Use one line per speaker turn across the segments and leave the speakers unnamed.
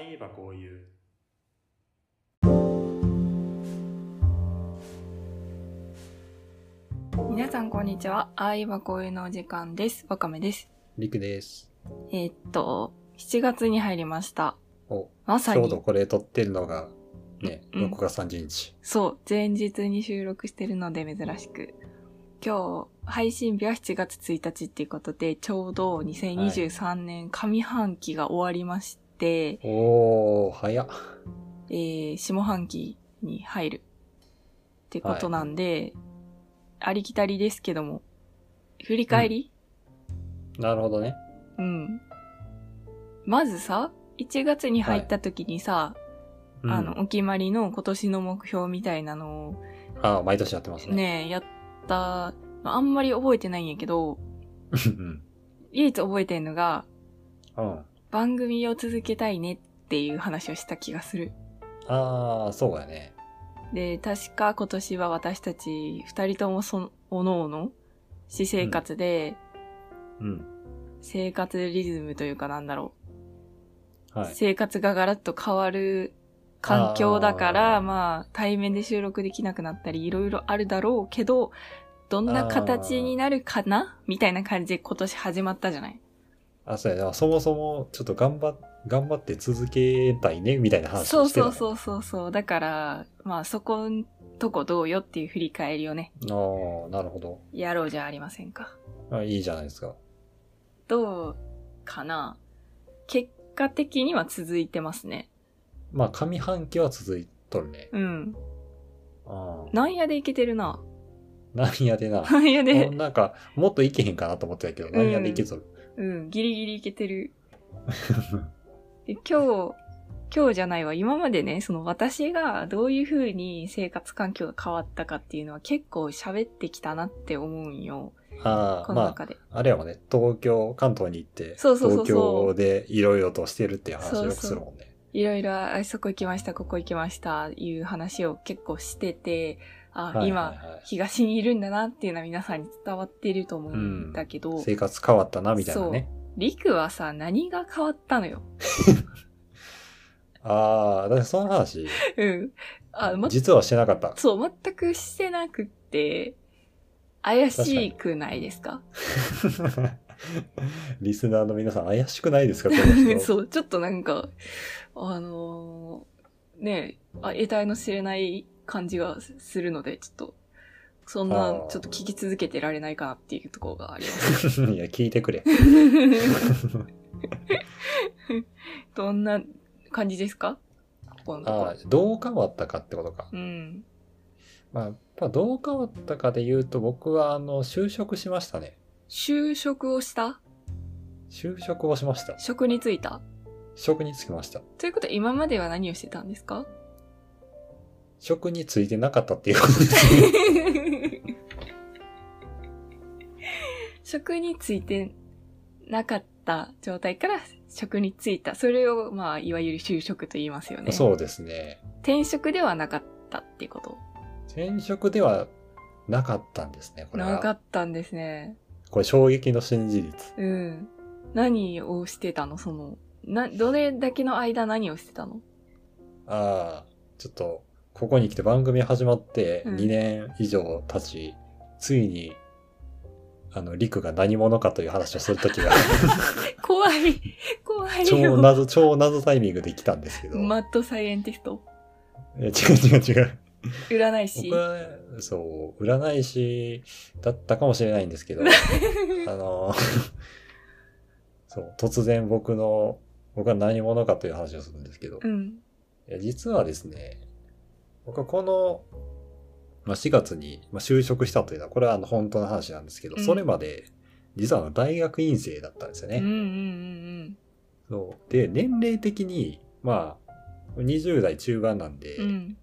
えばこういう
皆さんこんにちは。あいばこういうのお時間です。わかめです。
りくです。
えーっと、7月に入りました。
お、
まさ
ちょうど
に、
これ撮ってるのが、ね、
うん
6月30日。
そう、前日に収録してるので珍しく。今日、配信日は7月1日っていうことで、ちょうど2023年上半期が終わりまして、
おー、早っ。
えー下半期に入るってことなんで、ありきたりですけども、振り返り、
なるほどね。
うん。まずさ、1月に入った時にさ、
うん、
あの、お決まりの今年の目標みたいなのを
あー毎年やってますね。
ね、やった、あんまり覚えてないんやけど、
うん。
唯一覚えてんのが、
うん。
番組を続けたいねっていう話をした気がする。
あー、そうやね。
で、確か今年は私たち二人ともその、おのおの、私生活で、
うん。
生活リズムというかなんだろう、
はい。
生活がガラッと変わる環境だから
あー
まあ対面で収録できなくなったりいろいろあるだろうけどどんな形になるかなみたいな感じで今年始まったじゃない
あ、そうやな。そもそも、ちょっと頑張っ、頑張って続けたいね、みたいな話
そ
を
う
してた、
そ
ね。
うそうそうそうだからまあそこんとこどうよっていう振り返りをね
う。あー、なるほど。
やろうじゃありませんか
あいいじゃないですか。
どうかな結果的には続いてますね
まあ、上半期は続いとるね。
うん
うん。
なんやでいけてるな
なんやでな。
なんや
もう
で
なんか、もっといけへんかなと思ってたけど、なんやでいけとる。
うんギリギリいけ てるで今日、今日じゃないわ。今までね、その私がどういう風に生活環境が変わったかっていうのは結構喋ってきたなって思うんよ。
ああ、
この
まあ、
中で。
あれやもんね、東京、関東に行って、
そうそうそう
東
そ
京
う
でいろいろとしてるっていう話
そう
を
そう
よくするもんね。
いろいろ、あそこ行きました、ここ行きました、いう話を結構してて、あ、
はい
今、
はいはい
東にいるんだなっていうのは皆さんに伝わってると思うんだけど、
生活変わったな、みたいなね。
りくはさ、何が変わったのよ。
ああ、だからその話、
うん。あ、ま、
実はしてなかった。
そう、全くしてなくって、怪しくないですか
リスナーの皆さん怪しくないですかこの人。
そう、ちょっとなんか、あのーねえあ、得体の知れない感じがするので、ちょっと、そんな
あー、
ちょっと聞き続けてられないかなっていうところがあり ます。
いや、聞いてくれ。
どんな感じですかここのとこ
ああ、どう変わったかってことか。
ろ。うん。
まあ、やっぱどう変わったかで言うと、僕は、あの、就職しましたね。
就職をした
就職をしました。
職に就いた
職に就きました。
ということは今までは何をしてたんですか
職についてなかったっていうことですね。
職についてなかった状態から職に就いた。それを、まあ、いわゆる就職と言いますよね。
そうですね。
転職ではなかったっていうこと。
転職ではなかったんですね、これ
なか
は。
ったんですね。
これ衝撃の新事実。
うん。何をしてたのその、な、どれだけの間何をしてたの
ああ、ちょっと、ここに来て番組始まって
うん
2年以上経ち、ついに、あの、リクが何者かという話をするとき が、
怖い。 怖い
超
よ。
謎、超謎タイミングで来たんですけど。
マッドサイエンティスト。
いや違う違う違う。
占い師
僕。は、そう、占い師だったかもしれないんです けど、あの、 そう、突然僕の、僕は何者かという話をするんですけど、
うん。
いや実はですね、僕はこの、まあ、4月にまあ就職したというのは、これはあの本当の話なんですけど、
うん
それまで、実はあの大学院生だったんですよ
うんうんう
ね。
ん
そうで、年齢的に、まあ、20代中盤なんで、
うん。うん。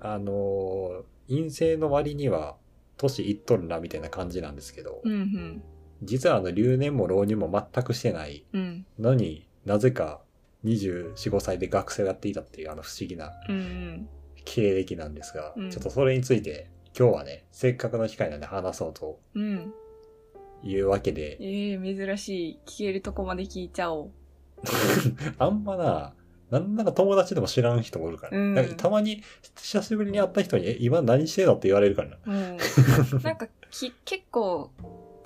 あのー、陰性の割には、年いっとるな、みたいな感じなんですけど、
うんうん。
実はあの、留年も浪人も全くしてない
うん。
のになぜか24、5歳で学生をやっていたっていう、あの不思議な
うんうん。
経歴なんですが、
うん
ちょっとそれについて今日はね、せっかくの機会なんで話そうと
うん。
いうわけで、
ええ珍しい。聞けるとこまで聞いちゃおう。
あんまな、なんなら友達でも知らん人もおるから。
うん
なんかたまに、久しぶりに会った人に、え、今何してんのって言われるからな。
うん。なんかき、結構、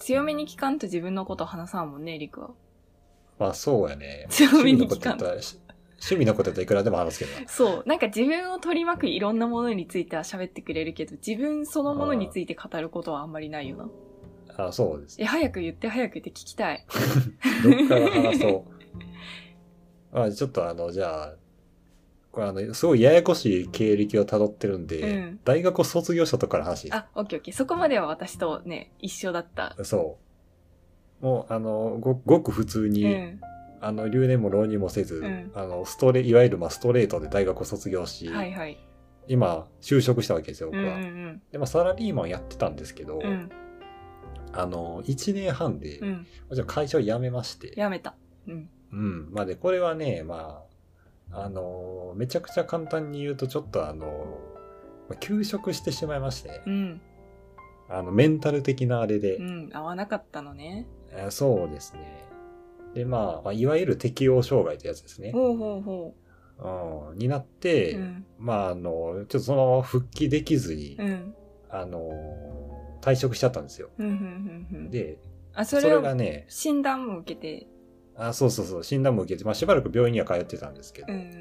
強めに聞かんと自分のこと話さんもんね、リクは。
まあそうや ね。
強め
趣味の
に聞
こと
か
やっ
ん
たら、し趣味のことやったらいくらでも話すけどな。
そう。なんか自分を取り巻くいろんなものについては喋ってくれるけど、自分そのものについて語ることはあんまりないよな。
あ、そうです。
え、早く言って早く言って聞きたい。
どっから話 そう。まあちょっとあの、じゃあ、これあの、すごいややこしい経歴を辿ってるんで、
うん
大学を卒業したとこからの話です
あ、オッケーオッケー。そこまでは私とね、一緒だった。
そう。もう、あの、ごごく普通に、
うん。
あの、留年も浪人もせず、
ん
あの、ストレ、いわゆるまあストレートで大学を卒業し、
はいはい。
今、就職したわけですよ、
う
僕
んう
は。
ん
で、まあサラリーマンやってたんですけど、
うん。うん。
あの、1年半で、
うん。
もちろん会社を辞めまして、
やめた。うん。
うん。まあで、これはね、まあ、あのーめちゃくちゃ簡単に言うと、ちょっとあのーまあ休職してしまいましてね、
うん。
あの、メンタル的なあれで
う、ん。合わなかったのね。
えーそうですね。で、まあ、まあいわゆる適応障害ってやつですね。
ほうほうほ
うん。になっ
う。
て、
うん。
まあ、あの、ちょっとそのまま復帰できずに、
うん。
あのー退職しちゃったんですよ。
うん。うん。うん。うん。
で、
あ、そ
そ
れ
れ
を
がね、
診断も受けて。
あそうそうそう、診断も受けて、まあ、しばらく病院には通ってたんですけど、
うん。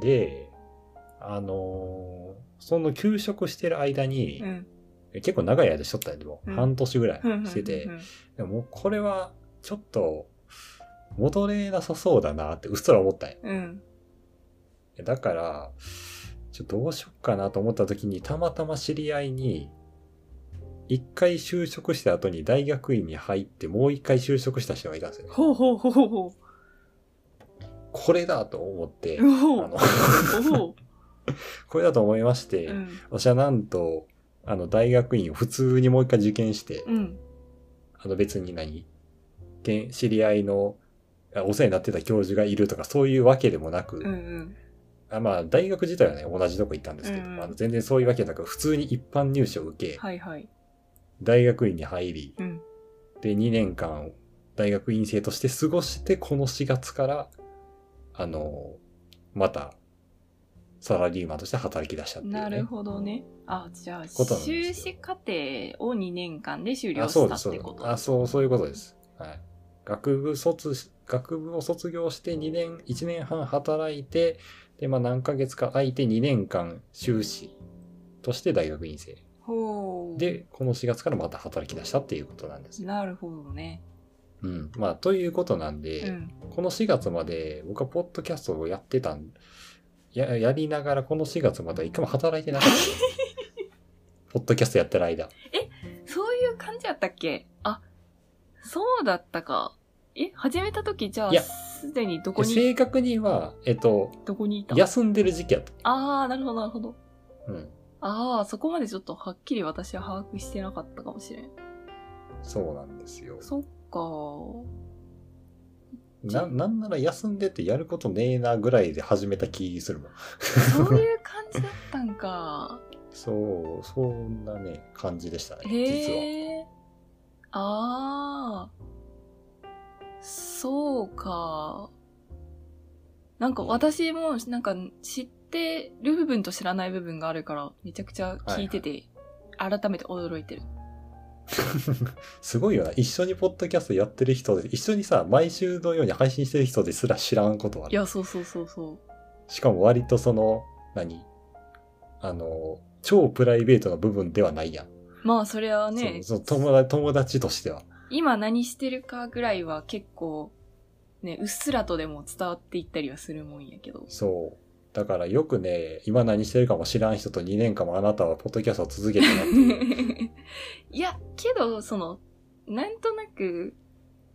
で、あのーその休職してる間に、
うん。
結構長い間しとったんやでも、
うん
半年ぐらい
うん。
してて、
うん。
でももうこれはちょっと戻れなさそうだなってうっすら思ったんや。
うん。
だから、ちょっとどうしよっかなと思った時に、たまたま知り合いに、一回就職した後に大学院に入って、もう一回就職した人がいたんですよね。
ほうほうほうほうほう。
これだと思って、
う
あ
ほう
の、
ほ
これだと思いまして、
う。うん。
私はなんと、あの、大学院を普通にもう一回受験して、
うん。
あの別に何けん知り合いのあお世話になってた教授がいるとかそういうわけでもなく、
うんうん。
あまあ大学自体はね、同じとこ行ったんですけど、
うん
あの全然そういうわけじゃなく、普通に一般入試を受け、
はいはい。
大学院に入り、
うん。
で2年間大学院生として過ごして、この4月から、あの、また、サラリーマンとして働き出したっていう、ね。
なるほどね。あ、じゃあ、
ことなん
修
ですよ
士課程を2年間で修了
あ、そう
した
です、そ
っ
う
て
で
こ
す。
と
あ、そう、そういうことです。はい。学部卒し、学部を卒業して2年、1年半働いて、で、まあ何ヶ月か空いて2年間修士として大学院生。
ほう。、
で、この4月からまた働き出したっていうことなんです。
なるほどね。
うん。まあ、ということなんで、
うん。
この4月まで僕はポッドキャストをやってたん、や、やりながらこの4月までは一回も働いてなかった。 ポッドキャストやってる間。
そういう感じやったっけあ、そうだったか。え、始めた時じゃあ
いや、
すでにどこ
え
に、
正確には、えっと、
どこにいた
休んでる時期やった。
あー、なるほど、なるほど。
うん。
あー、そこまでちょっとはっきり私は把握してなかったかもしれん。
そうなんですよ。
そっか
な、なんなら休んでてやることねえなぐらいで始めた気するもん。
そういう感じだったん か。
そう、そんなね、感じでしたね、実は。
へえ。ああ。そうか。なんか私もなんか知ってる部分と知らない部分があるから、めちゃくちゃ聞いてて、改めて驚いてる。
すごいよな。一緒にポッドキャストやってる人で、一緒にさ、毎週のように配信してる人ですら知らんことあ
い
る。
や、そうそうそうそ
しかも割とその、何あの、超プライベートな部分ではないやん。
う。まあ、それはね、
そうそう友達、友達としては。
今何してるかぐらいは結構、ね、うっすらとでも伝わっていったりはするもんやけど。
そう。だからよくね、今何してるかも知らん人と2年間もあなたはポッドキャストを続けてなっていう。
いや、けど、その、なんとなく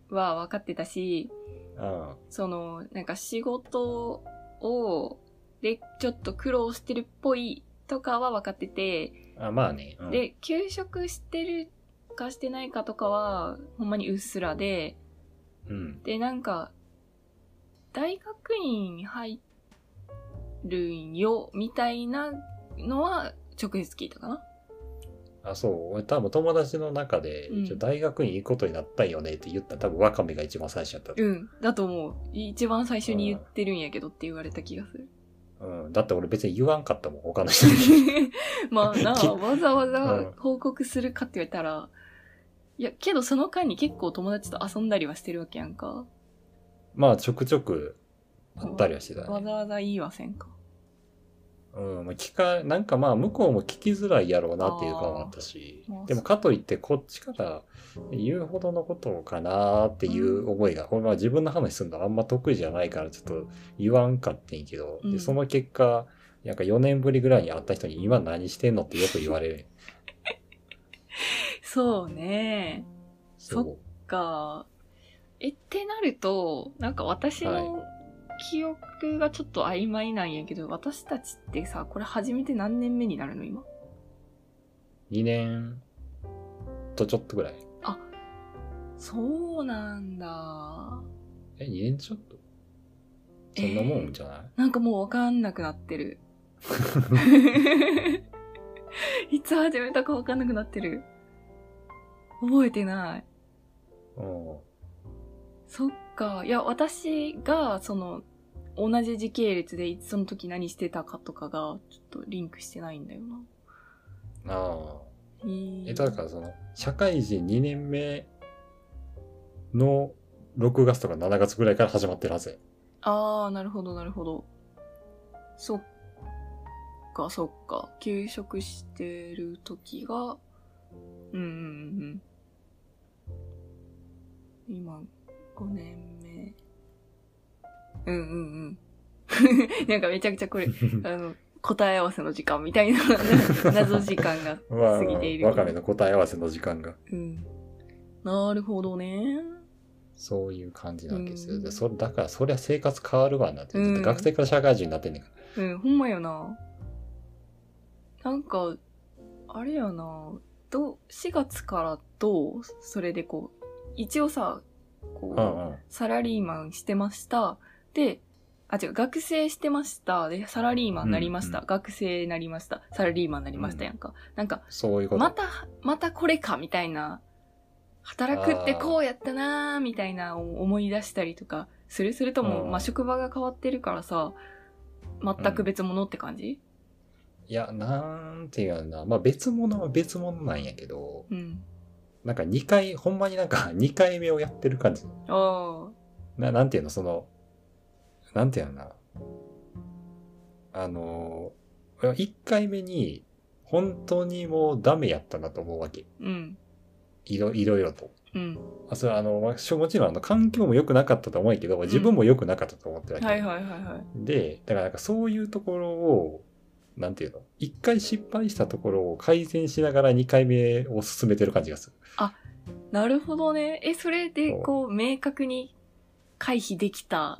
は分かってたし、
うん。
その、なんか仕事を、で、ちょっと苦労してるっぽいとかは分かってて、
あまあね。うん、
で、休職してるかしてないかとかは、ほんまにうっすらで、
うん。
で、なんか、大学院入るんよ、みたいなのは直接聞いたかな。
あ、そう。俺多分友達の中で、
うん
ちょ大学院行くことになったんよねって言ったら多分ワカメが一番最初やった。
うん。だと思う。一番最初に言ってるんやけどって言われた気がする。
うん。だって俺別に言わんかったもん、他の人に。
まあ な
き
あ、わざわ
う
ざ
ん
報告するかって言われたら、いや、けどその間に結構友達と遊んだりはしてるわけやんか。
まあちょくちょくあったりはしてた
わ
ね。
ざわざ言いはせんか。
うん、まあ聞か、なんかまあ向こうも聞きづらいやろうなっていう感はあったし
あー、
でもかといってこっちから言うほどのことかなーっていう思いが、これまあ自分の話するのあんま得意じゃないからちょっと言わんかってんけど、
う
で
ん
その結果、なんか4年ぶりぐらいに会った人に今何してんのってよく言われる。
そうね。
そう
そか。え、ってなると、なんか私の記憶がちょっと曖昧なんやけど、私たちってさ、これ始めて何年目になるの今
2年とちょっとぐらい。
そうなんだ。
え、2年ちょっとそんなもんじゃない、
なんかもうわかんなくなって る。いつ始めたかわかんなくなってる。覚えてない。
うん。
そっか。いや、私が、その、同じ時系列で、いつその時何してたかとかが、ちょっとリンクしてないんだよな。
ああ。
えー
え、だからその、社会人2年目の6月とか7月ぐらいから始まってるはずや。
あー、なるほど、なるほど。そっか、そっか。休職してる時が、うんうんうんうん。今、5年目。うんうん うん。なんかめちゃくちゃこれ、あの、答え合わせの時間みたいな 謎時間が。
わ
過ぎている
わかめの答え合わせの時間が。
うん。なるほどね。
そういう感じなわけです
う
よ。
ん
でそだから、そりゃ生活変わるわなって。だって
うん
学生から社会人になってんねんか
うん、ほんまよな。なんか、あれやな。どう、4月からどうそれでこう、一応さ、こう、
ら。うんうん。
サラリーマンしてました。で、あ、違う、学生してました。で、サラリーマンになりました。
うんう
学生になりました。サラリーマンになりましたやんか。なんか、
そういうこと。
また、またこれか、みたいな。働くってこうやったなーみたいな思い出したりとか、するするとも、
うん
まあ、職場が変わってるからさ、全く別物って感じ
いや、なんていうのかな。まあ別物は別物なんやけど、
うん。
なんか2回、ほんまになんか2回目をやってる感じ。
あ
な、なんていうの、その、なんていうのかな。あの、一回目に、本当にもうダメやったなと思うわけ。
あ、うん、
いろいろいろと。
うん。
あ、それはあの、まあしょもちろんあの、環境も良くなかったと思うけど、自分も良くなかったと思ってるわけ。
はいはいはいはい。
で、だからなんかそういうところを、なんていうの一回失敗したところを改善しながら二回目を進めてる感じがする。
なるほどね。え、それで、
そう
こう、明確に回避できた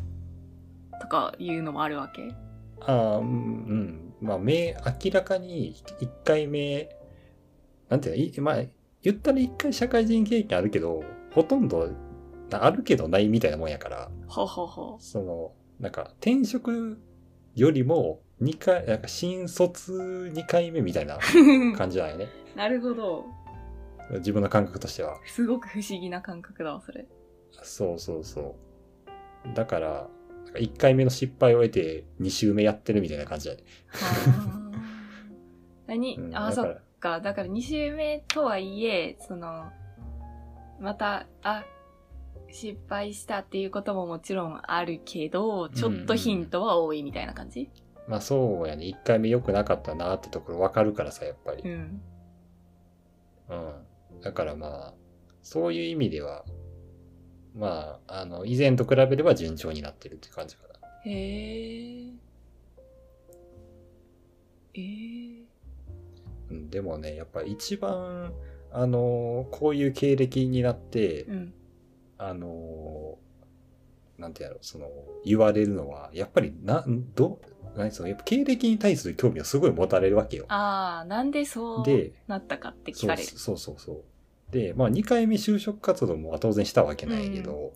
とかいうのもあるわけ
ああ、うん、うん。まあ、明明らかに1回目、なんていうの、いまあ、言ったら1回社会人経験あるけど、ほとんど、なあるけどないみたいなもんやから、
ほうほうほ
その、なんか、転職よりも、2回、なんか、新卒2回目みたいな
う。
感じだよね。
なるほど。
自分の感覚としては。
すごく不思議な感覚だわ、それ。
そうそうそう。だから、1回目の失敗を得て、2周目やってるみたいな感じだね。
あー何、
うん、
あー、
だ
そ
か
っ
ら
か。だから2週目とはいえ、その、また、あ、失敗したっていうことももちろんあるけど、ちょっとヒントは多いみたいな感じ、
まあそうやね。一回目良くなかったなってところ分かるからさ、やっぱり。
うん。
うん。だからまあ、そういう意味では、まあ、あの、以前と比べれば順調になってるって感じかな。
へえ。えー、
うん、でもね、やっぱ一番、あの、こういう経歴になって、
うん。
あの、なんてやろう、その、言われるのは、やっぱり、な、ど、何その、やっぱ経歴に対する興味をすごい持たれるわけよ。
ああ、なんでそう
で
なったかって聞かれる。
そうそうそうそうでまあ2回目就職活動も当然したわけないけど、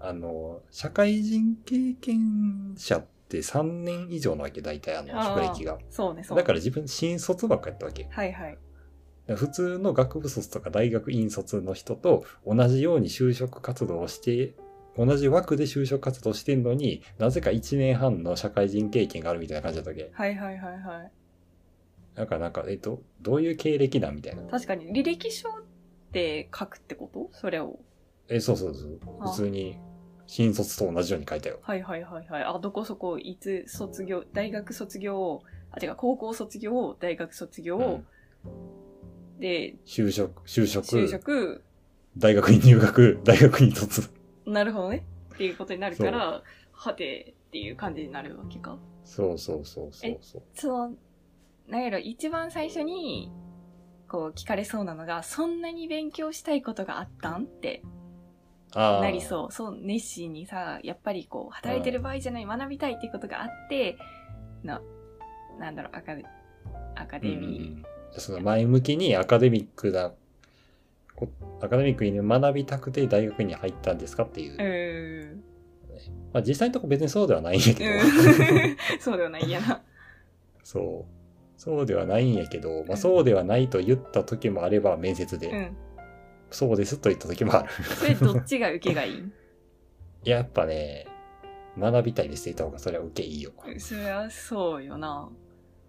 あの社会人経験者って3年以上なわけ大体あの
あー
職歴が
そうね、そう
だ
ね。
から自分新卒ばっかやったわけだか
はいはい。
ら普通の学部卒とか大学院卒の人と同じように就職活動をして、同じ枠で就職活動してんのに、なぜか1年半の社会人経験があるみたいな感じだったわけ。
はいはいはいはい。
なんか、なんか、えっと、どういう経歴だみたいな。
確かに、履歴書って書くってことそれを。
え、そうそうそう。
あ
普通に、新卒と同じように書いたよ。
はいはいはいはい。あ、どこそこ、いつ卒業、大学卒業、あ、違う、高校卒業、大学卒業、
うん
で、
就職、就職、
就職、
大学院入学、 大学院卒。
なるほどね。っていうことになるから、はてっていう感じになるわけか。
そうそうそうそうそう。
その、なんやろ、一番最初に、こう聞かれそうなのが、そんなに勉強したいことがあったんって
あ
なりそう。そう、熱心にさ、やっぱりこう、働いてる場合じゃない、学びたいっていうことがあって、の、なんだろう、アカデ、アカ
う
デ
ん
ミ
うんう
ー。
ん。その前向きにアカデミックな、こアカデミックに学びたくて大学院に入ったんですかっていう。
うーん。
まあ実際のとこ別にそうではないんやけど。
うん そうではないやな。
そう。そうではないんやけど、まあそうではないと言った時もあれば面接で、
うん。
そうですと言った時もある。
それどっちが受けがいい
やっぱね、学びたいですって言った方がそれは受けいいよ。
そりゃそうよな。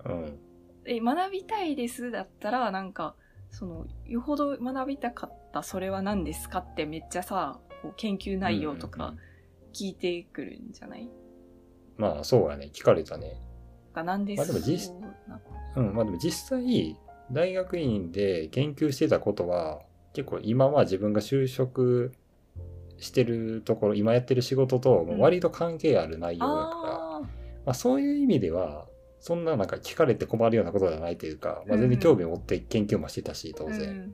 うん。
え、学びたいですだったら、なんか、その、よほど学びたかったそれは何ですかってめっちゃさ、こう研究内容と
うん
か
うんうん
聞いてくるんじゃない、
まあそうやね、聞かれたね。
がなんで
まあ
す
でも実うん、まあでも実際、大学院で研究してたことは、結構今は自分が就職してるところ、今やってる仕事と
うん
割と関係ある内容やから、
ああ、
まあそういう意味では、そんななんか聞かれて困るようなことではないというか、まあ、
うん
全然興味を持って研究もしてたし、当
う
然。
ん。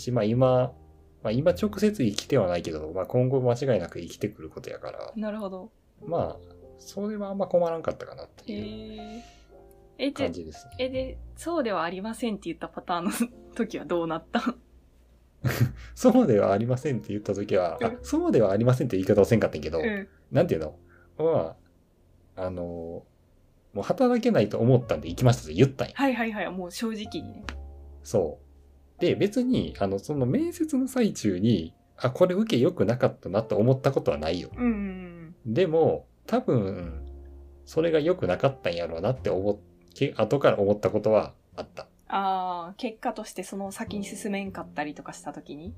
し、まあ今、まあ今直接生きてはないけど、まあ今後間違いなく生きてくることやから、
なるほど。
まあ、それはあんま困らんかったかなって
へ
いう
え。え、じゃ
感、じですね。
え、で、そうではありませんって言ったパターンの時はどうなった
そうではありませんって言った時は、あ
うん
そうではありませんって言い方をせんかったんやけど、
うん。
なんていうのまあ、あの、もう働けないと思ったんで行きましたって言ったんや。
はいはいはい、もう正直にね。
そう。で、別に、あの、その面接の最中に、あ、これ受け良くなかったなと思ったことはないよ。
うんうん
でも、多分、それが良くなかったんやろうなって思っ、け後から思ったことはあった。
ああ、結果としてその先に進めんかったりとかした時に。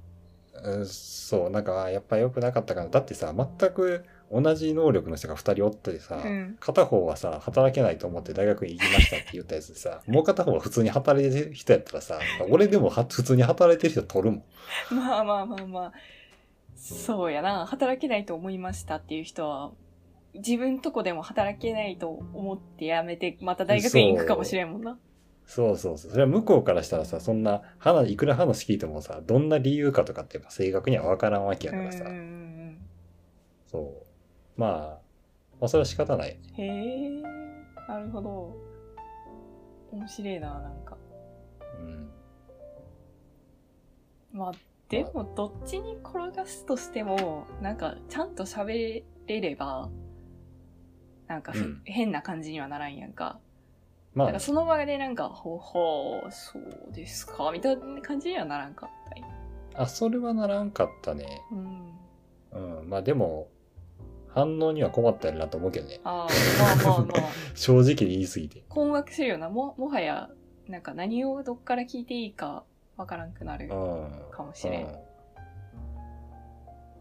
うんそう、なんか、あやっぱ良くなかったかな。だってさ、全く同じ能力の人が2人おってさ、
うん。
片方はさ、働けないと思って大学に行きましたって言ったやつでさ、もう片方は普通に働いてる人やったらさ、俺でもは普通に働いてる人取るもん。
まあまあまあまあ。そうやな。働けないと思いましたっていう人は、自分とこでも働けないと思って辞めて、また大学院行くかもしれんもんな。
そうそうそう。それは向こうからしたらさ、そんな話、いくら話聞いてもさ、どんな理由かとかってやっぱ正確には分からんわけや
うんう
か
ん
らさ、
うん
そう。まあ、まあ、それは仕方ないよね。
へえ、なるほど。面白いな、なんか。
うん。
まあ、でも、どっちに転がすとしても、なんか、ちゃんと喋れれば、なんかふ、
うん
変な感じにはならんやんか。
ま
なん
あ
か、、その場でなんか、ほほう、そうですか、みたいな感じにはならんかったり。
あ、それはならんかったね。
うん。
うん。まあでも、反応には困ったよなと思うけどね。
ああ、まあまあまあ。
正直に言い過ぎて。
困惑するような、も、もはや、なんか何をどっから聞いていいかわからんくなる。
うん。
かもしれん
うん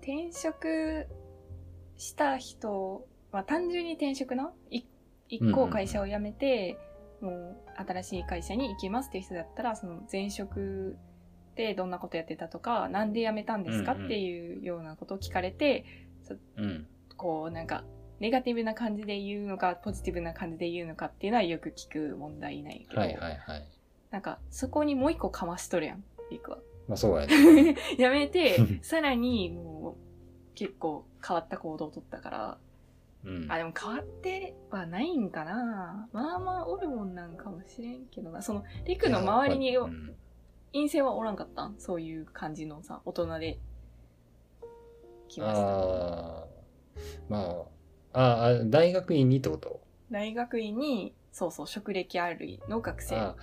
転職した人、まあ、単純に転職な一一
うんうん
個
うん
会社を辞めて、もう新しい会社に行きますっていう人だったらその前職でどんなことやってたとかなんで辞めたんですか
う
っ
んうん
ていうようなことを聞かれて、
うん。
こうなんかネガティブな感じで言うのかポジティブな感じで言うのかっていうのはよく聞く問題ないけど、
はいはいはい。
なんかそこにもう一個かましとるやんリクは。
まあそうやね。
や めて、さらにもう結構変わった行動を取ったから、
うん。
あ、でも変わってはないんかなまあまあおるもんなんかもしれんけどな。その、リクの周りに
うん
陰性はおらんかったんそういう感じのさ、大人で来ました。
あーまあ、ああ、大学院にってこと
大学院に、そうそう、職歴あるの学生。
あ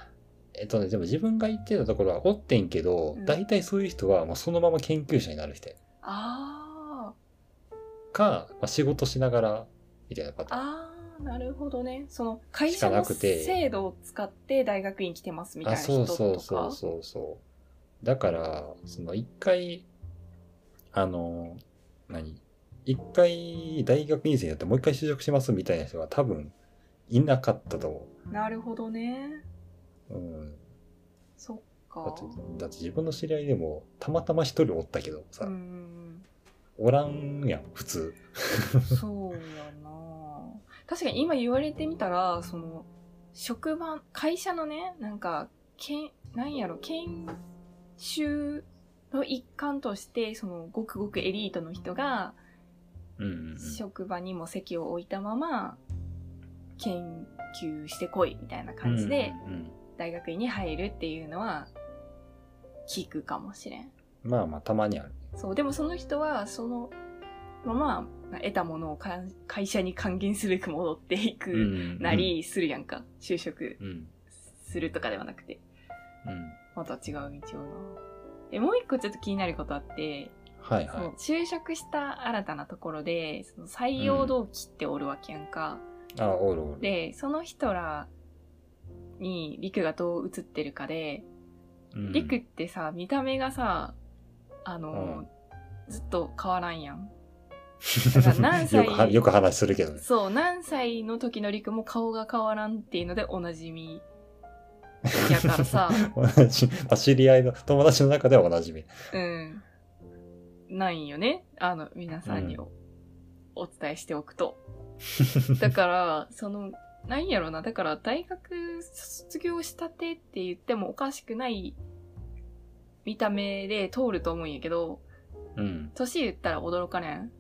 えっとね、でも自分が言ってたところはおってんけど、
うん
大体そういう人はもうそのまま研究者になる人
あ
か、まあ、仕事しながらみたいなパ
あ、
ターン。
ああ、なるほどね。その会社
しか
の
なくて
制度を使って大学院来てますみたい
あ
な人
そ
と
うそう
か。
そうそうそうだからその一回あの何一回大学院生になってもう一回就職しますみたいな人が多分いなかったと思
なるほどね。
う、うん、
そっ
だっ
か
て。だって自分の知り合いでもたまたま一人おったけどさ、
うん。
おらんやん普通
そうやな確かに今言われてみたら、その、職場、会社のね、なんか、けん、なんやろ、研修の一環として、その、ごくごくエリートの人が、
うんうんうん
職場にも席を置いたまま、研究してこい、みたいな感じで、
うんうんうん
大学院に入るっていうのは、聞くかもしれん。
まあまあたまにある
そう、でもその人は、そのまま、得たものをかん会社に還元すべく戻っていくなりするやんか。就職
うんうん
するとかではなくて。
うん
また違う道をな。え、もう一個ちょっと気になることあって、
はい
その
は
就職した新たなところで、その採用同期っておるわけやんか。
いあおるおる
で、その人らに陸がどう映ってるかで、
うん
陸ってさ、見た目がさ、あ
う
の
ん、
ずっと変わらんやん。だから何歳
よくはよく話するけどね
そう、何歳の時のりくも顔が変わらんっていうのでおなじみ。やからさ、
同じまあ知り合いの友達の中ではおなじみ
うん。ないよね。あの、皆さんにおお伝えしておくと。だから、その、なんやろな。だから、大学卒業したてって言ってもおかしくない見た目で通ると思うんやけど、
うん
年言ったら驚かねん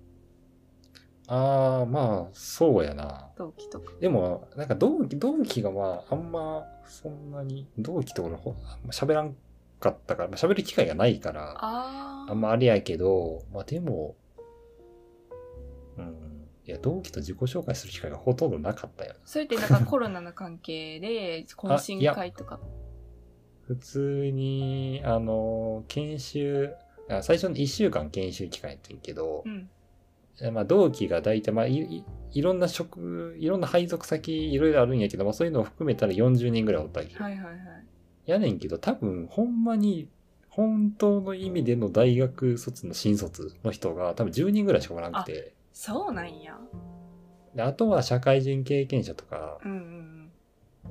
ああまあそうやな
同期とか。
でもなんか同期同期がまああんまそんなに同期と俺ほあんま喋らんかったからまあ喋る機会がないから
あ
あ
あ
んまあれやけどまあでもうんいや同期と自己紹介する機会がほとんどなかったよ
それってなんかコロナの関係で、懇親会とか。
普通にあの研修あ最初の1週間研修期間やってんけど、
うん。
えまあ、同期が大体、まあいい、いろんな職、いろんな配属先、いろいろあるんやけど、まあ、そういうのを含めたら40人ぐらいおったわけ。
はいはいはい。
やねんけど、多分、ほんまに、本当の意味での大学卒の新卒の人が、多分10人ぐらいしかおらなくて、
そうなんや。
であとは社会人経験者とか、
うんうんう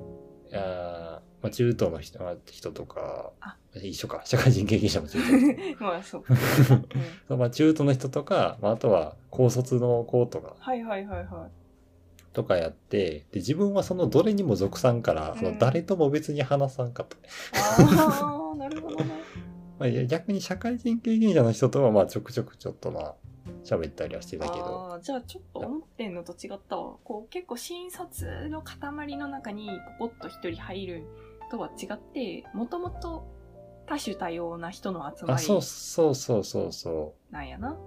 ん。
あーまあ、中東の人まあ人とか
あ、
一緒か、社会人経験者も中東
まあそうか。うん
そう。まあ、中東の人とか、まあ、あとは高卒の子とか、
はいはいはいは
とかやって、で、自分はそのどれにも属さんから、その誰とも別に話さんかった。
い。ああ、 なるほどね。
まあいや、逆に社会人経験者の人とは、まあ、ちょくちょくちょっとまあ、喋ったりはしてたけど、
ああ、じゃあちょっと思ってんのと違ったわ。こう結構新卒の塊の中にポコッと一人入るとは違って、もともと多種多様な人の集ま
あ、そう
り
そうそうそうそ
なんやな。
う。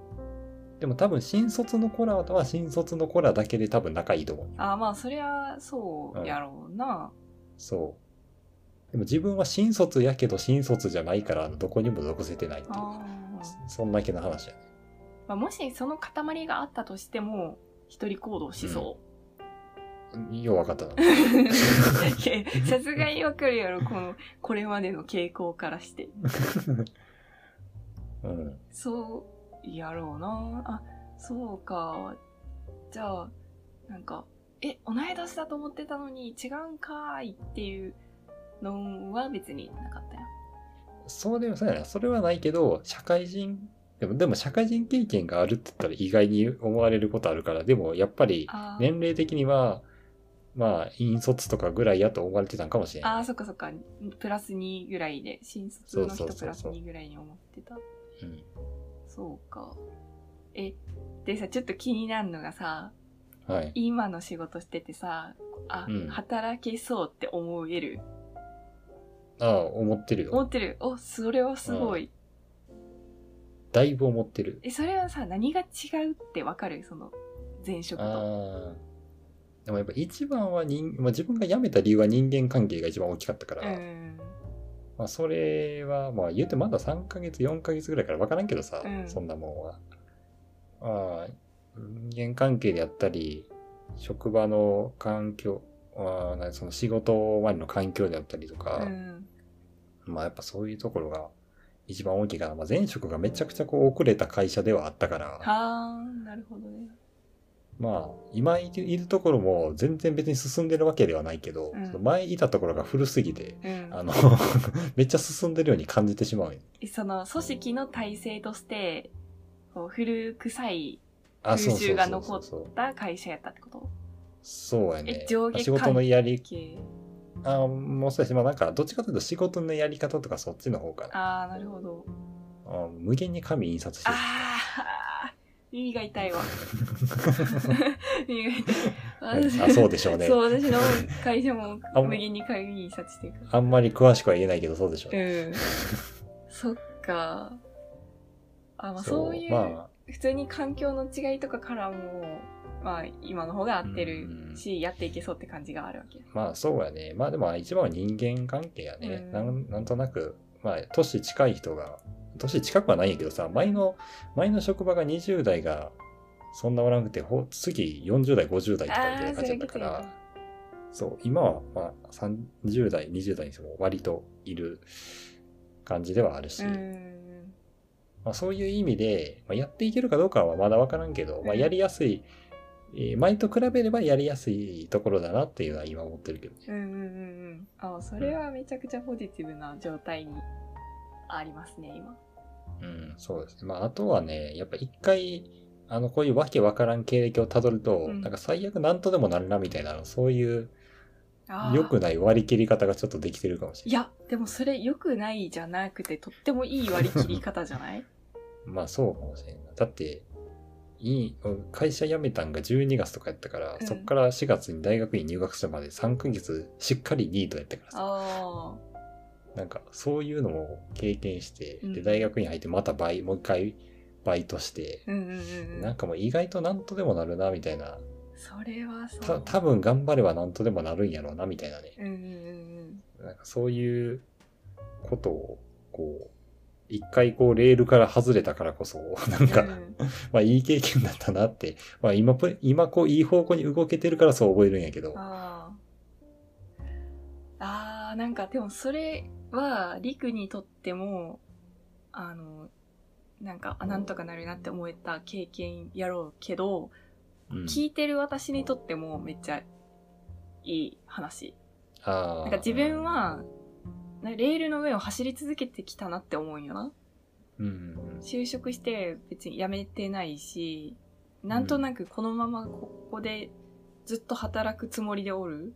でも多分、新卒の子らは新卒の子らだけで多分仲いいと思う。
ああ、まあそりゃそうやろうな。
そう。でも自分は新卒やけど新卒じゃないから、どこにも属せてないっていう。
ああ。
そんだけの話やね。
まあ、もしその塊があったとしても、一人行動しそう。
よう分かったな。
いやさすがにわかるやろ、この、これまでの傾向からして。
うん。
そう、やろうな。あ、そうか。じゃあ、なんか、え、同い年だと思ってたのに違うんかーいっていうのは別になかったよ。
そうでもそうやな。それはないけど、社会人、でも、でも社会人経験があるって言ったら意外に思われることあるから、でもやっぱり
あー
年齢的には、まあ、引率とかぐらいやと思われてたんかもしれ
あ
な
ー、
い。
そっかそっか。プラス2ぐらいで、新卒の人
そうそうそうそう
プラス2ぐらいに思ってた。
うん
そうか。え、でさ、ちょっと気になるのがさ、
はい。
今の仕事しててさ、あ、
うん
働けそうって思える。
ああ、思ってる
思
よ。
ってる。お、それはすごい。
だいぶ思ってる。
え、それはさ、何が違うってわかるその、前職と。
ああ。でもやっぱ一番は人、まあ、自分が辞めた理由は人間関係が一番大きかったか
う
ら、
ん。
まあ、それは、まあ、言うてまだ3ヶ月、4ヶ月ぐらいから分からんけどさ、
うん
そんなもんは。まあ、人間関係であったり、職場の環境、まあなその仕事周りの環境であったりとか、
うん
まあやっぱそういうところが一番大きいかな。まあ、前職がめちゃくちゃこう遅れた会社ではあったから、
はあなるほどね
まあ今いるいるところも全然別に進んでるわけではないけど、
うん
その前いたところが古すぎて、
うん
あの、 めっちゃ進んでるように感じてしまうんよ
その組織の体制としてこう古臭い
あ、そう
風
そう
習が
そうそ
残
う
っ
そう。
た会社やったってこと
そうや
え
ね。
上下関
仕事のやり、
系
あもうそうやし、まあなんか、どっちかというと仕事のやり方とかそっちの方かな。
ああなるほど
あ無限に紙印刷して
あ
る。
あ耳が痛い わ 耳が痛い
うんあ、そうでしょうね。
そう私 の会社も
あ
無限に会議印刷してるから
あんまり詳しくは言えないけど、そうでしょうね。
うんそっかあまあそういう、
まあ、
普通に環境の違いとかからもまあ今の方が合って
うん
るし、やっていけそうって感じがあるわけ
まあそうやね。まあでも一番は人間関係やね。
うん
なんなんとなく、まあ年近い人が、年近くはないんやけどさ、前の、前の職場が20代がそんなおらんくて、ほ次40代、50代とかみたいな感じだったか
あー
ら、そう、今はまあ30代、20代にしても割といる感じではあるし、
それがきついなうん
まあ、そういう意味で、まあ、やっていけるかどうかはまだわからんけど、まあ、やりやすい、えー前と比べればやりやすいところだなっていうのは今思ってるけどね。
うんうんうんうんあそれはめちゃくちゃポジティブな状態にありますね今
うん、そうですね。まあ、あとはね、やっぱ一回、あの、こういうわけわからん経歴をたどると、
うん
なんか最悪なんとでもなるなみたいな、そういう
あー
良くない割り切り方がちょっとできてるかもしれ
い
ない。
やでもそれ良くないじゃなくてとってもいい割り切り方じゃない
まあ、そうかもしれんない。だって、いい会社辞めたんが12月とかやったから、
うん
そっから4月に大学院入学するまで3ヶ月しっかりニートやったからさ、
あ
なんかそういうのも経験して、
うん
で、大学院入ってまたバイ、もう一回バイトして、
あうんうんうんう
なん
ん
かもう意外となんとでもなるなみたいな
それはそ
た
う
多分頑張ればなんとでもなるんやろうなみたいなね
うんうんうん
なんかそういうことをこう一回こうレールから外れたからこそなん
うん
か、
うん
まあいい経験だったなって、まあ、今ぷ今こういい方向に動けてるからそう覚えるんやけど
ああああなんかでもそれはりくにとってもあのなんかあなんとかなるなって思えた経験やろうけ
う
ど、
ん
聞いてる私にとってもめっちゃいい話
あー
なんか自分はなレールの上を走り続けてきたなって思うんよな
うんうん
就職して別に辞めてないしなんとなくこのままここでずっと働くつもりでおる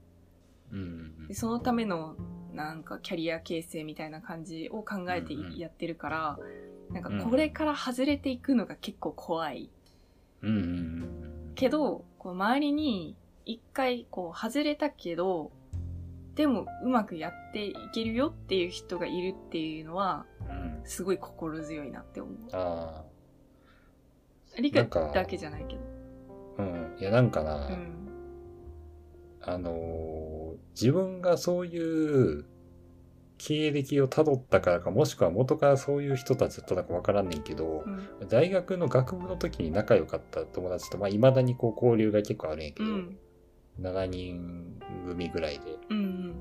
うんうん
でそのためのなんかキャリア形成みたいな感じを考えて
うんうん
やってるから、なん
うん
かこれから外れていくのが結構怖い
うんうんうん
けどこう周りに一回こう外れたけどでもうまくやっていけるよっていう人がいるっていうのは
うん
すごい心強いなって思う
あ
理
な
科
んか
だけじゃないけど
あうんいやなんかな、
うん
あのー自分がそういう経歴をたどったからか、もしくは元からそういう人たちだったのかわからんねんけど
う、ん
大学の学部の時に仲良かった友達と、まあ、未だにこう交流が結構あるんやけ
う
ど、
ん
7人組ぐらいで、
うんうん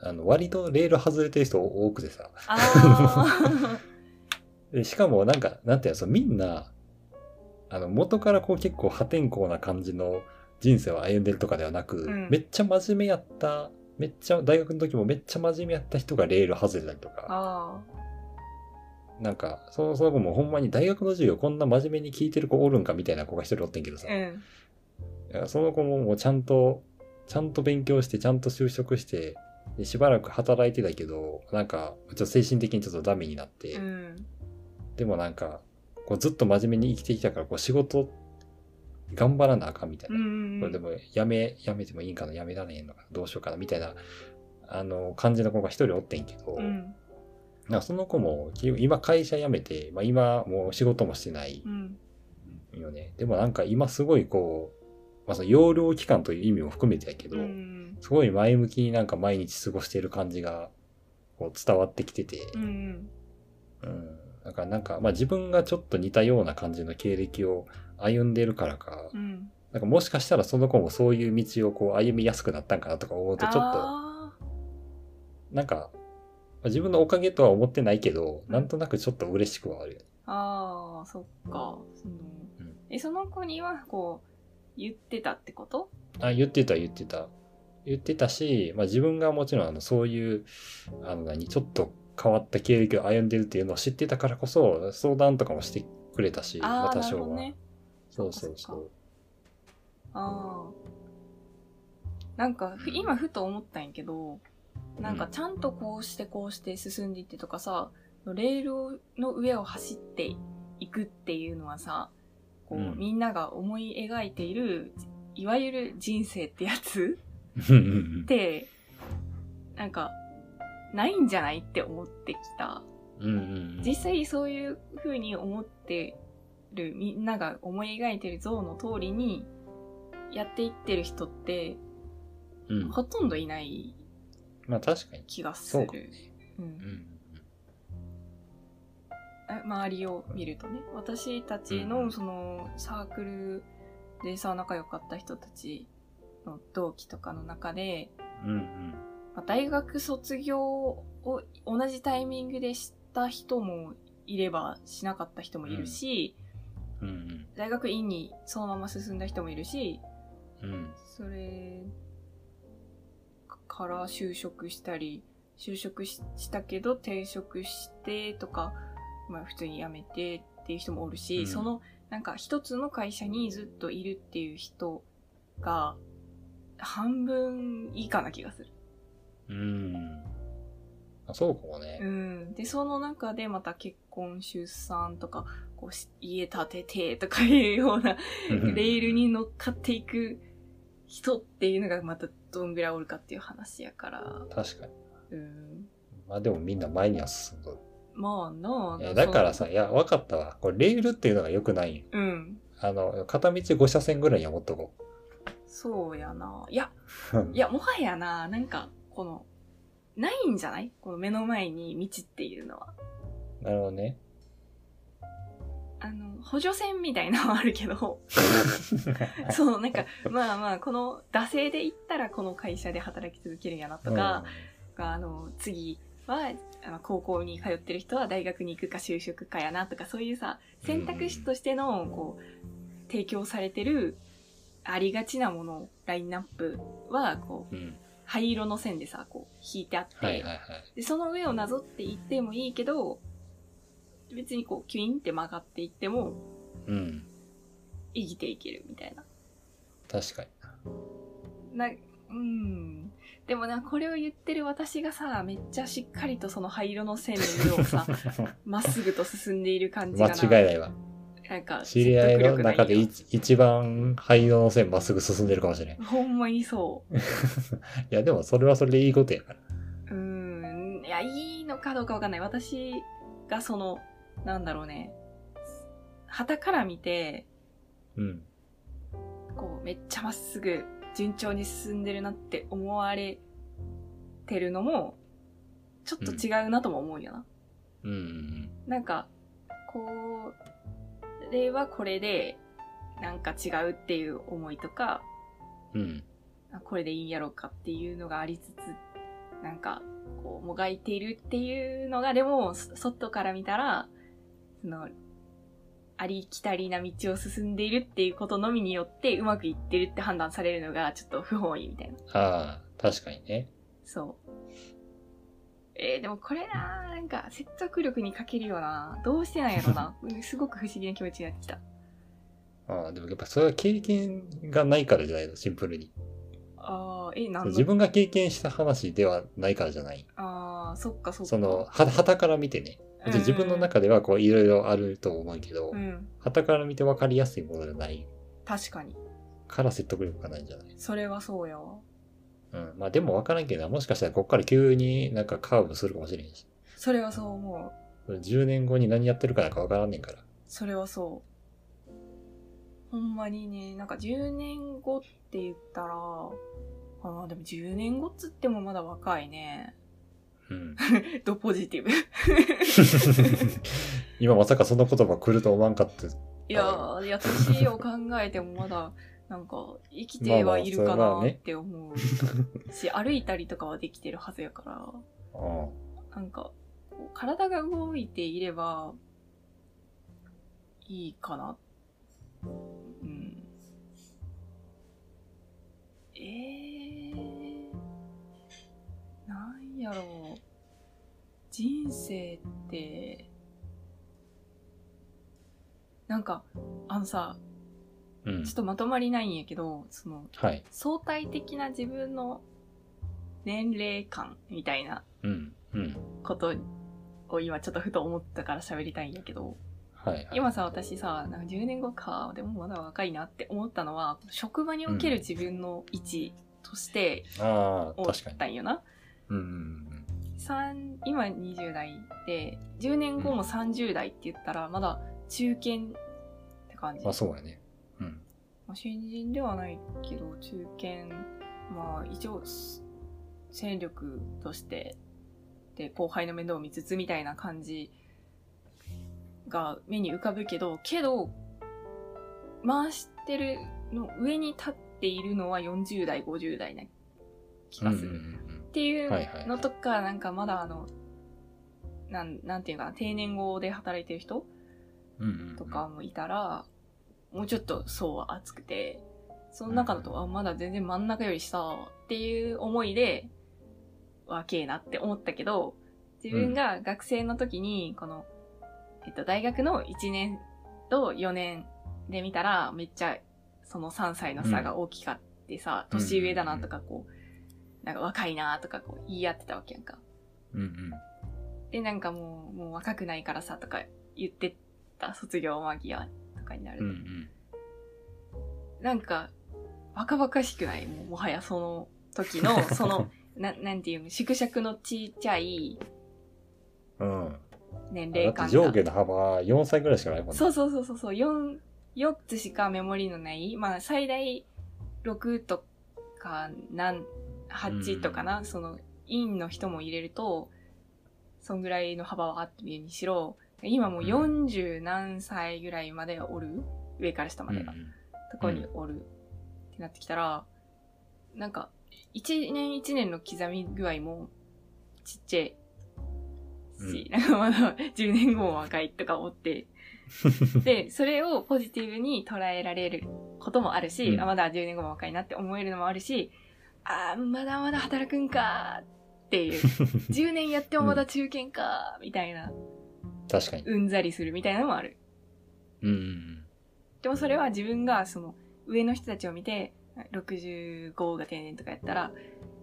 あの、割とレール外れてる人多くてさ、
ああ
でしかもなんか、なんていうの、そのみんな、あの、元からこう結構破天荒な感じの人生を歩んでるとかではなく、
うん
めっちゃ真面目やった、めっちゃ、大学の時もめっちゃ真面目やった人がレール外れたりとか、
あ
なんか、そのその後もほんまに大学の授業こんな真面目に聞いてる子おるんかみたいな子が一人おってんけどさ、
ーうん
いやその子ももうちゃんと、ちゃんと勉強して、ちゃんと就職して、でしばらく働いてたけど、なんか、ちょっと精神的にちょっとダメになって、
うん
でもなんか、こうずっと真面目に生きてきたから、こう仕事、頑張らなあかんみたい
うんう
な。
ん
これでも、やめ、やめてもいいんかな、やめられへんのかな、どうしようかな、みたいな、あの、感じの子が一人おってんけど、
うん
なんかその子も、き今会社辞めて、まあ今もう仕事もしてない
うん
よね。でもなんか今すごいこう、まあその容量期間という意味も含めてやけど、
うん
すごい前向きになんか毎日過ごしている感じがこう伝わってきてて、
うんうん。
うん、だからなんか、まあ、自分がちょっと似たような感じの経歴を歩んでるからか、
うん。
なんかもしかしたらその子もそういう道をこう歩みやすくなったんかなとか思うとちょっと、
あ
なんか、まあ自分のおかげとは思ってないけど、なんとなくちょっと嬉しくはあるよね。
ーあー、そっか。その
うん
え、その子には、こう、言ってたってこと
あ、言ってた言ってた。言ってたし、まあ、自分がもちろんあのそういう、あの何、ちょっと変わった経歴を歩んでるっていうのを知ってたからこそ、相談とかもしてくれたし、
ああ、
多
なる
少
ほど
は。
ね。
そうそうそ
そっ
う。
ああ。なんか、ふ今ふと思ったんやけど、なんかちゃんとこうしてこうして進んでいってとかさ、レールの上を走っていくっていうのはさ、こう、
うん
みんなが思い描いている、いわゆる人生ってやつ
うんうんうん
って、なんか、ないんじゃないって思ってきた。
うんうん
実際そういう風に思ってるみんなが思い描いてる像の通りにやっていってる人って
うん。うん。
ほとんどいない
まあ確かに。
気がす
そうかも
る。う
うん
ん、
うん
あ周りを見るとね私たち
うんう
の
ん
そのサークルでさ仲良かった人たちの同期とかの中で、
うん。うんうん。
まあ大学卒業を同じタイミングでした人もいればしなかった人もいるし、
うん
大学院にそのまま進んだ人もいるし
うんうん
それから就職したり就職ししたけど転職してとか、まあ、普通に辞めてっていう人もおるし、
うん
そのなんか一つの会社にずっといるっていう人が半分以下な気がする。
うんあそうかもね
う。ん、でその中でまた結婚出産とかこうし家建ててとかいうような
レ
レールに。乗っかっていく人っていうのがまたどんぐらいおるかっていう話やから。
確かに。
うん。
まあでもみんな前には進むと。
まあないあ
やだから。さ、いや、わかったわ。これレールっていうのが良くないんよ
そううん。
あの、片道5車線ぐらいには持っとこ
そうやな。いや、
う。
いや、もはやな、なんか、この、ないんじゃないこの目の前に道っていうのは。
なるほどね。
あの、補助線みたいなのはあるけど、そう、なんか、まあまあ、この、惰性で行ったらこの会社で働き続けるんやなとか、があの次はあの高校に通ってる人は大学に行くか就職かやなとかそういうさ選択肢としてのこう提供されてるありがちなものラインナップはこう
うん、うん。
灰色の線でさこう引いてあって、
はいはいはい。
でその上をなぞっていってもいいけど別にこうキュインって曲がっていっても
うん。
生きていけるみたいな。
確かに。
なうんでもなこれを言ってる私がさめっちゃしっかりとその灰色の線の色をさまっすぐと進んでいる感じ
間
がな。
違いないわ。
なんか、
知り合い
説
の
得力ないよ
中でい一番灰色の線まっすぐ進ん でるかもしれない。
ほんまにそ
いや、でもそれはそれでいいことやから。
う。うーん。いや、いいのかどうかわかんない。私がその、なんだろうね。旗から見て、
うん。
こう、めっちゃまっすぐ、順調に進んでるなって思われてるのも、ちょっと違うなとも思うよな。
うんうんうん。
なんか、これはこれで、なんか違うっていう思いとか、
うん。
あこれでいいんやろうかっていうのがありつつなんかこうもがいているっていうのがでもそ外から見たらそのありきたりな道を進んでいるっていうことのみによってうまくいってるって判断されるのがちょっと不本意みたいな
ああ、確かにね。
そうえー、でもこれななんか説得力に欠けるよなどうしてなんやろな うんすごく不思議な気持ちになってきた
ああ、でもやっぱそれは経験がないからじゃないの、シンプルに。
あーえなん
自
の
分が経験した話ではないからじゃない。
あーそっかそっか
その、は、旗から見てね。
うん
自分の中ではこういろいろあると思うけど
う、ん
旗から見て分かりやすいものじゃない
確かに
から説得力がないんじゃない
それはそうやわ
うん。まあでも分からんけどな、もしかしたらこっから急になんかカーブするかもしれんし。
それはそう思う
10年後に何やってるかなんか分からんねんから。
それはそうほんまにねなんか10年後って言ったらあーでも10年後っつってもまだ若いね
ううん。
ドポジティブ。
今まさかその言葉来ると思わんかった。
いやー、いや年を考えてもまだ、なんか、生きてはいる
ま
か
あまあ
な
それはね
って思うし、歩いたりとかはできてるはずやから。
うん。
なんか、こう体が動いていれば、いいかな。うん。えー、なんやろう。人生って、なんか、あのさ、
うん
ちょっ。とまとまりないんやけど、その、
はい。
相対的な自分の年齢感みたいな
うん。うん。
ことを今ちょっとふと思ったから喋りたいんやけど
はい、はい。
今さ私さなんか10年後かでもまだ若いなって思ったのは職場における自分の位置として
ああ、
思っ
確かに。
たんよな、
うんうん
三今20代で10年後も30代って言ったらまだ中堅って感
う
じ、
ん。まあそうやね。うん。
まあ新人ではないけど中堅まあ一応す戦力としてで後輩の面倒を見つつみたいな感じが目に浮かぶけどけど回してるの上に立っているのは40代50代な気がする。
うんうんうん
ってい
はいは
う
い
のとか、なんかまだあのなんなんていうかな定年後で働いてる人
うんうんうん
とか。もいたら、もうちょっと層は厚くて、その中だと、あ、まだ全然真ん中より下っていう思いで、若えなって思ったけど、自分が学生の時に、この、えっと、大学の1年と4年で見たら、めっちゃ、その3歳の差が大きかってさ、
うん
年上だなとか、こう、なんか若いなとか、こう、言い合ってたわけやんか。
うんうん。
で、なんかもう、もう若くないからさ、とか言ってた、卒業間際とかになる
う
と。
んうん。
なんか、バカバカしくないもうもはやその 時の、 その、な、なんていうの、縮尺のちっちゃい
うん。
年
だ
齢
って
感
上
が。
下の幅4歳ぐらいしかないもんね。
そうそうそうそうそう、4、4つしかメモリのない、まあ最大6とか、なん、8とかな、その、インの人も入れると、そんぐらいの幅はあってるにしろ、今もう40何歳ぐらいまでおる上から下ま
うんう
でが。
ん。
とこにおるってなってきたら、なんか、一年一年の刻み具合もちっちゃいし、なんかまだ10年後も若いとか 思って、で、それをポジティブに捉えられることもあるし、
うん
あまだ10年後も若いなって思えるのもあるし、あー、まだまだ働くんかーっ ていう、10年やってもまだ中堅かーみたいな、
確かに。
うんざりするみたいなのもある。
うんうん
でもそれは自分がその上の人たちを見て65が定年とかやったらま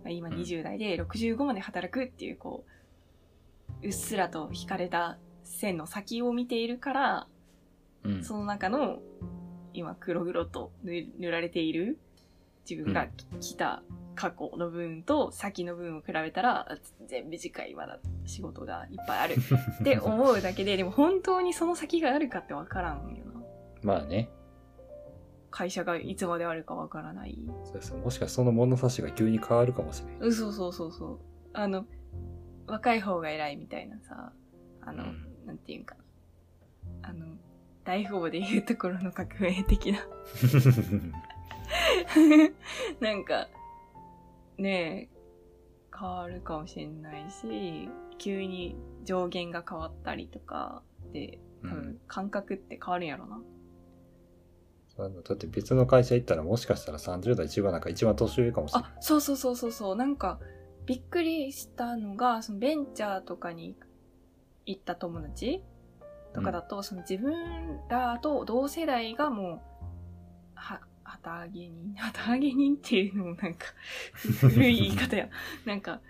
あ今
うん
20代で65まで働くっていうこううっすらと引かれた線の先を見ているから
うん。うん。
その中の今黒々と塗塗られている自分が来た過去の分と先の分を比べたらあ全部次回まだ仕事がいっぱいある って思うだけででも本当にその先があるかって分からんよな。
まあね。
会社がいつまであるかわからない。
そうそうもしかしたらその物差しが急に変わるかもしれない。
うんそうそうそうそう。あの、若い方が偉いみたいなさ、あの、
うん
なんていうんかな。あの、大富豪でいうところの革命的な。 なんか、ねえ、変わるかもしれないし、急に上限が変わったりとかで、
うん
多分感覚って変わるんやろな。
あのだって別の会社行ったらもしかしたら30代中盤なんか一番年上かもしれない
あ、そうそうそうそうそう。なんか、びっくりしたのが、そのベンチャーとかに行った友達とかだと、その自分らと同世代がもう、は、旗揚げ人 旗揚げ人っていうのもなんか、古い言い 方や。なんか、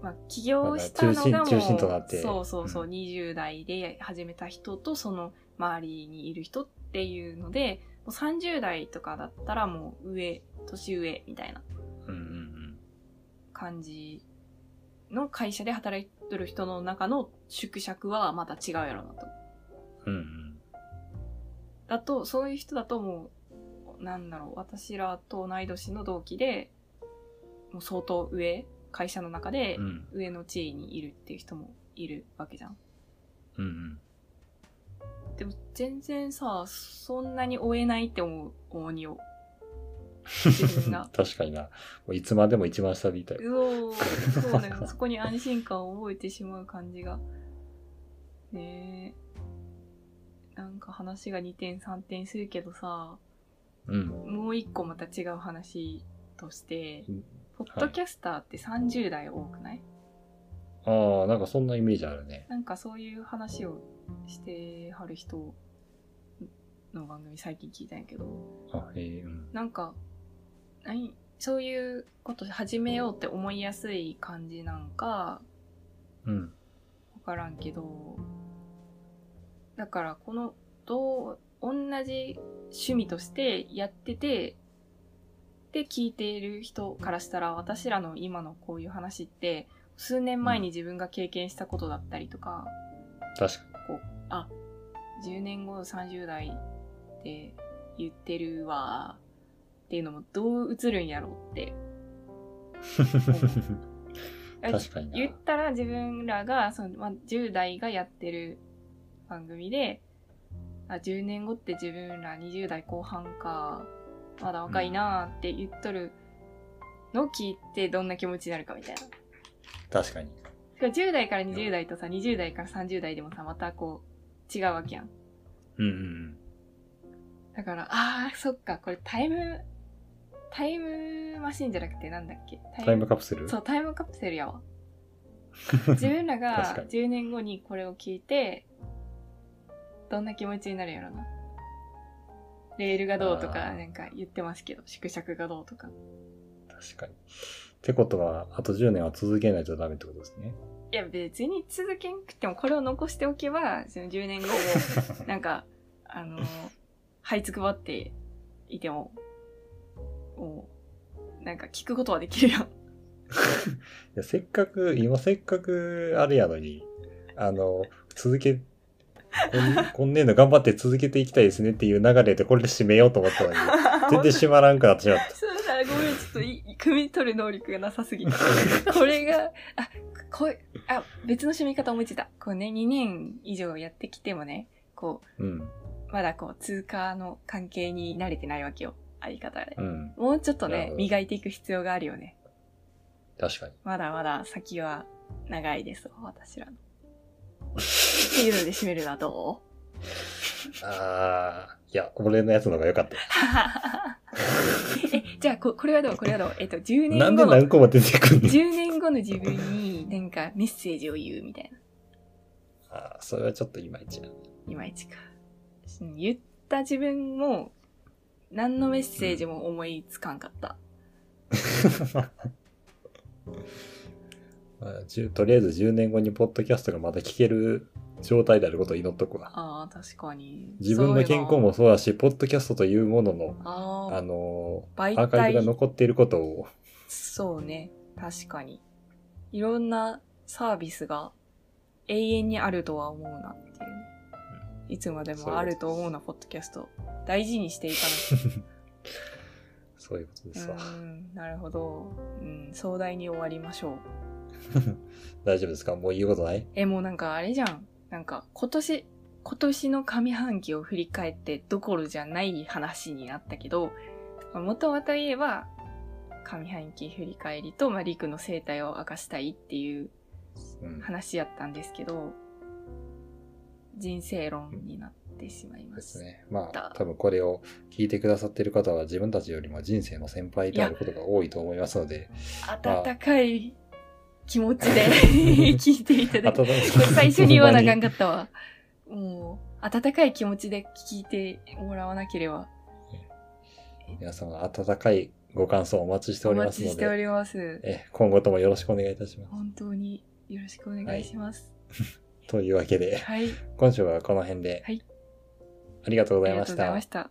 まあ、起業したのがも
ま
う、
あ中心中心となって
そうそうそう、
う
20代で始めた人と、その周りにいる人っていうので、もう30代とかだったらもう上、年上みたいな。
うんうん
感じの会社で働いてる人の中の縮尺はまた違うやろなと。
うん。うん
だと、そういう人だともう、なんだろう、私らと同い年の同期で、もう相当上会社の中で
うん。
上の地位にいるっていう人もいるわけじゃん。
うんうん。
でも全然さ、そんなに追えないって思う、重荷を。自分が
確かにな。もういつまでも一番下でいたい。
うおーそうだよ。そこに安心感を覚えてしまう感じが。ねえ。なんか話が2点3点するけどさ、
うん。
もう一個また違う話として
うん、
ポッドキャスターって30代多くない
ああ、なんかそんなイメージあるね。
なんかそういう話をしてはる人の番組最近聞いたんやけど、
あ、へえ、うん。
なんか、何そういうこと始めようって思いやすい感じなんか、
うん。
わからんけど、だからこの、どう、同じ趣味としてやってて、で、聞いている人からしたら、私らの今のこういう話って、数年前に自分が経験したことだったりとか、
確かに。
10年後30代って言ってるわっていうのもどう映るんやろうって。
確かに
言っ
な。
たら自分らがその、まあ、10代がやってる番組であ10年後って自分ら20代後半かまだ若いなーって言っとるのを聞いてどんな気持ちになるかみたいな。
確かに。
てか10代から20代とさ20代から30代でもさまたこう違うわけやん。
うんうん
だから、ああ、そっか、これタイム、タイムマシンじゃなくてなんだっけ
う
タ
ん。タイムカプセル
そう、タイムカプセル やわ。自分ら
確か
が
に
10年後にこれを聞いて、どんな気持ちになるやろな。レールがどうと
あ
か、
ー
なんか言ってますけど、縮尺がどうとか。
確かに。ってことは、あと10年は続けないとダメってことですね。
いや、別に続けんくても、これを残しておけば、その10年後も、 なんか、あの、はいつくばっていても、もう、なんか聞くことはで きるやん。
いやせっかく、今せっかくあれやのに、あの、続け、今 今年度頑張って続けていきたいですねっていう流れでこれで締めようと思 ったのに、全然締まらんくなってしまった。
そうだ、ごめん、ちょっとい、汲み取る能力がなさ すぎて。これが、あ、こい、あ、別の締め方思いついた。こうね、2年以上やってきてもね、こ
うん、
う、まだこう、通貨の関係に慣れてないわけよ。相方で。
うん、
もうちょっと
なる
ね
ほ、ど
磨いていく必要があるよね。
確かに。
まだまだ先は長いですわ、私 らの。っていうので締めるのはどう
ああ、いや、俺のやつの方が良かった。
え、じゃあこ、これはどうこれはどうえっと、10
なんで
年後の、
何個も出てくんねん。
10年後の自分になんかメッセージを言うみたいな。
あーそれはちょっといまいちや。
いまいちか。うん言った自分も、何のメッセージも思いつかんかった。
まあじゅとりあえず10年後にポッドキャストがまだ聞ける状態であることを祈っとくわ。
ああ、確かに。
自分の健康もそうだし、ポッドキャストというものの、
そういえば。あ
あの
あ、媒
ーアーカイブが
体。
残っていることを、
そうね。確かに。いろんなサービスが永遠にあるとは思うなっていう。いつまでもあると思うな、ポッドキャスト。大事にしていかなきゃ
そういうことですわ。
うん、なるほど。うん、壮大に終わりましょう。
大丈夫ですかもう言うことない
え、もうなんかあれじゃん。なんか今年、今年の上半期を振り返ってどころじゃない話になったけど、まあ、元はといえば、上半期振り返りと、まあ、陸の生態を明かしたいっていう
うん。
話やったんですけど、人生論になってしまいま。
ですすね。ま
だ
あ、多分これを聞いてくださっている方は自分たちよりも人生の先輩であることが多いと思いますので、
温かい気持ちで 聞いていただき
あと
最初に言わなあかん
が。
かったわ。もう、温かい気持ちで聞いてもらわなければ。
皆様、温かいご感想をお待ちしてお
お
りま
待
す
ち
の
してお
で、
ります。
え今後ともよろしくお願いいたします。
本当によろしくお願いします。
というわけで、
はい、
今週はこの辺で、
はい
ありがとうご
あ
ざ
り
い
が
ま
とう
し
ござい
た
まし。た。